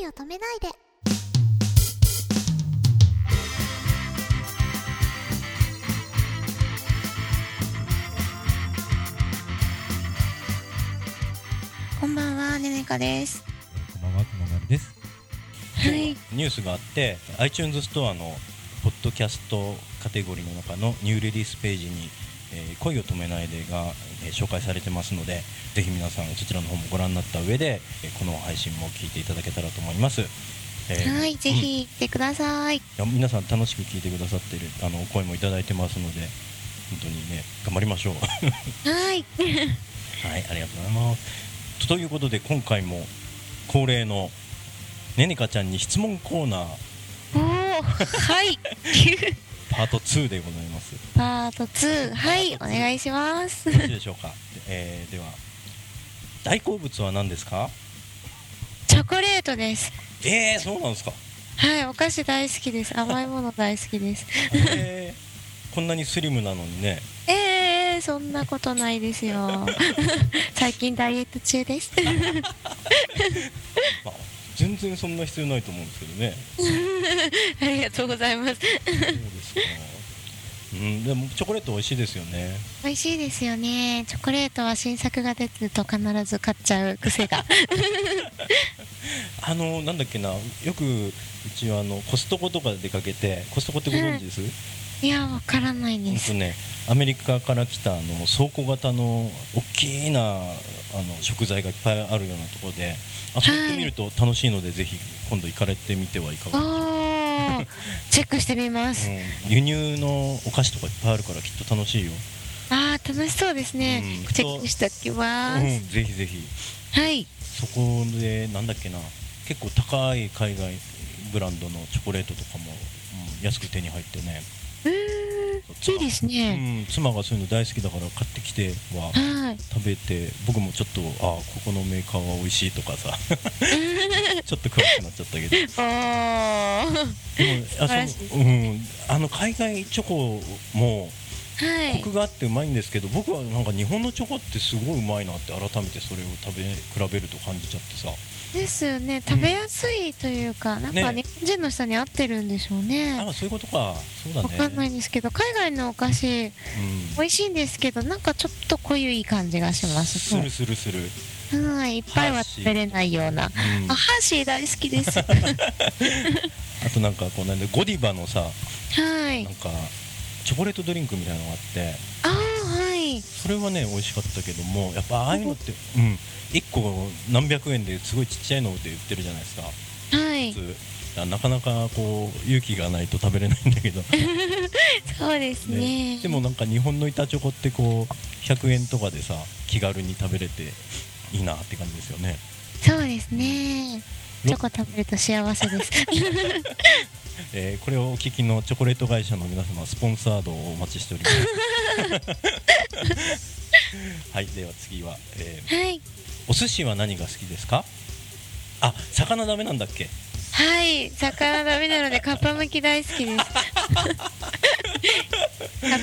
恋を止めないで。こんばんは、ねねかです。こんばんは、くままりです。はい。ニュースがあって、iTunes ストアのポッドキャストカテゴリーの中のニューレディースページに、えー恋を止めないでが、えー紹介されてますので、ぜひ皆さんそちらの方もご覧になった上で、えーこの配信も聞いていただけたらと思います。えーはい、ぜひ来てください。いや皆さん楽しく聞いてくださってるあのお声もいただいてますので、本当にね頑張りましょう。はい。 はい、ありがとうございます。ということで今回も恒例のねねかちゃんに質問コーナーおー、はい。パート2でございます。よパート2、はい、お願いします。ろしいでしょうか。えー、では大好物は何ですか？チョコレートです。えー、そうなんですか。はい、お菓子大好きです。甘いもの大好きです。えー、こんなにスリムなのにね。ええー、そんなことないです よ。最近ダイエット中です。まあ全然そんな必要ないと思うんですけどね。ありがとうございます。そうですか。うん、でもチョコレート美味しいですよね。美味しいですよね。チョコレートは新作が出てると必ず買っちゃう癖が。あのなんだっけな、よくうちはあのコストコとかで出かけて、コストコってご存知です？いや、わからないほんでとす。ね、アメリカから来たあの倉庫型の大きなあの食材がいっぱいあるようなところで遊んでみると楽しいので、ぜひ今度行かれてみてはいかおが、うんー、チェックしてみます。輸入のお菓子とかいっぱいあるからきっと楽しいよ、あー、楽しそうですねう。んチェックしておきまうす。ん、ぜひぜひはい。そこでなんだっけな結構高い海外ブランドのチョコレートとかも、うん安く手に入ってね、うーん、いいですうね。ん、妻がそういうの大好きだから買ってきてははい。食べて僕もちょっとあーここのメーカーは美味しいとかさ ちょっと詳しくなっちゃったけどでもおー。素晴らあしいそのうんあの海外チョコも はいコ。クがあってうまいんですけど僕はなんか日本のチョコってすごいうまいなって改めてそれを食べ比べると感じちゃってさですよね食べやすいというか、なんかね日本人の人に合ってるんでしょうねあそういうことかそうだわねかんないんですけど海外のお菓子うん美味しいんですけどなんかちょっと濃ゆい感じがしますするするする、はいいっぱいは食べれないようなうんああハーシー大好きです はとなんかこうなんでゴディバのさいなんかチョコレートドリンクみたいなのがあってあーはいそれはね美味しかったけどもやっぱああいうのって、うん、1個何百円ですごいちっちゃいので売ってるじゃないですかはい普通なかなかこう勇気がないと食べれないんだけど、そうですねねでもなんか日本の板チョコってこう100円とかでさ気軽に食べれていいなって感じですよねそうですねチろョコ食べると幸せ ですえーこれをお聞きのチョコレート会社の皆様スポンサードをお待ちしております はいでは次は、えーはいお寿司は何が好きですかあ魚ダメなんだっけはい、魚ダメなので、かっぱ巻き大好き です。かっ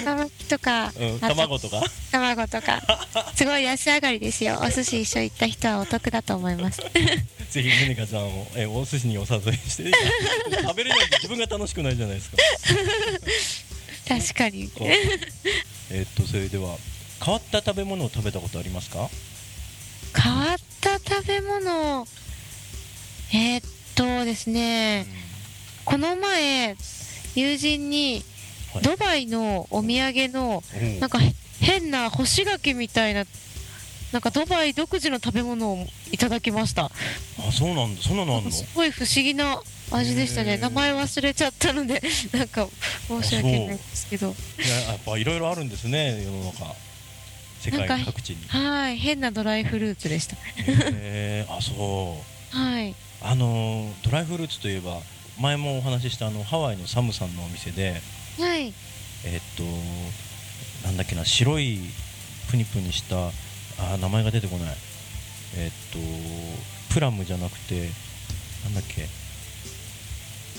ぱ巻きとか、うん、あと卵とか卵とか、すごい安上がりですよ。お寿司一緒行った人はお得だと思います。 ぜひメネカちゃんをえお寿司にお誘いして 食べれないと自分が楽しくないじゃないですか。確かに。 こうえーっとそれでは変わった食べ物を食べたことありますか？変わった食べ物。えーっとですね、この前、友人にはいドバイのお土産の、うんなんか変な干し柿みたいな、なんかドバイ独自の食べ物をいただきました。あそうなんだそんなのあんの？すごい不思議な味でしたへねー名前忘れちゃったので なんか申し訳ないんですけどいややっぱいろいろあるんですね世の中世なん界か各地に。はい変なドライフルーツでしたへーあそうはいあのードライフルーツといえば前もお話ししたあのハワイのサムさんのお店ではいえーっとなんだっけな白いプニプニしたあー名前が出てこないえーっとプラムじゃなくてなんだっけ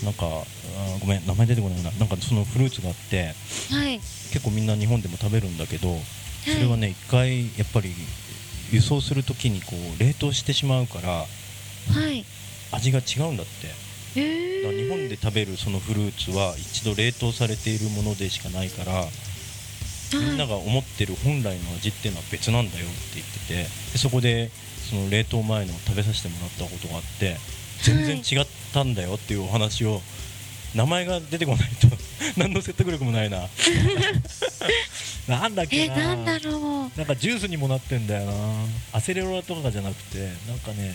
なんかあーごめん名前出てこないななんかそのフルーツがあってはい結構みんな日本でも食べるんだけどそれはね一回やっぱり輸送するときにこう冷凍してしまうからはい味が違うんだってえだから日本ー、で食べるそのフルーツは一度冷凍されているものでしかないからみんなはいが思ってる本来の味っていうのは別なんだよって言っててでそこでその冷凍前の食べさせてもらったことがあって全然違ったんだよっていうお話を名前が出てこないと 何の説得力もな いななんだっえけななんだろうなんかジュースにもなってんだよなアセレロラとかじゃなくてなんかね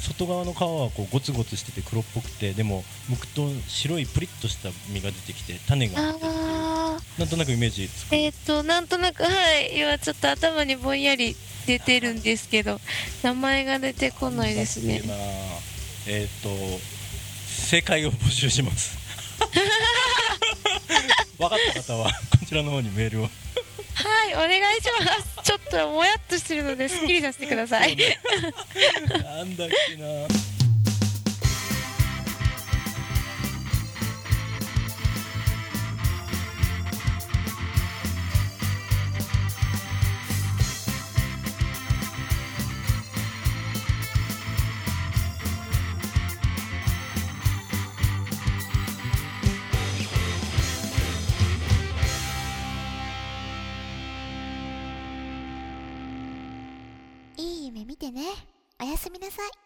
外側の皮はこうゴツゴツしてて黒っぽくてでも剥くと白いプリッとした実が出てきて種があってっていうあなんとなくイメージつくーえっ、となんとなくはい今ちょっと頭にぼんやり出てるんですけど名前が出てこないですねなえっ、と正解を募集します 分かった方はこちらの方にメールをはいお願いしますちょっともやっとしてるのですっきりさせてくださいなんだっけないい夢見てねおやすみなさい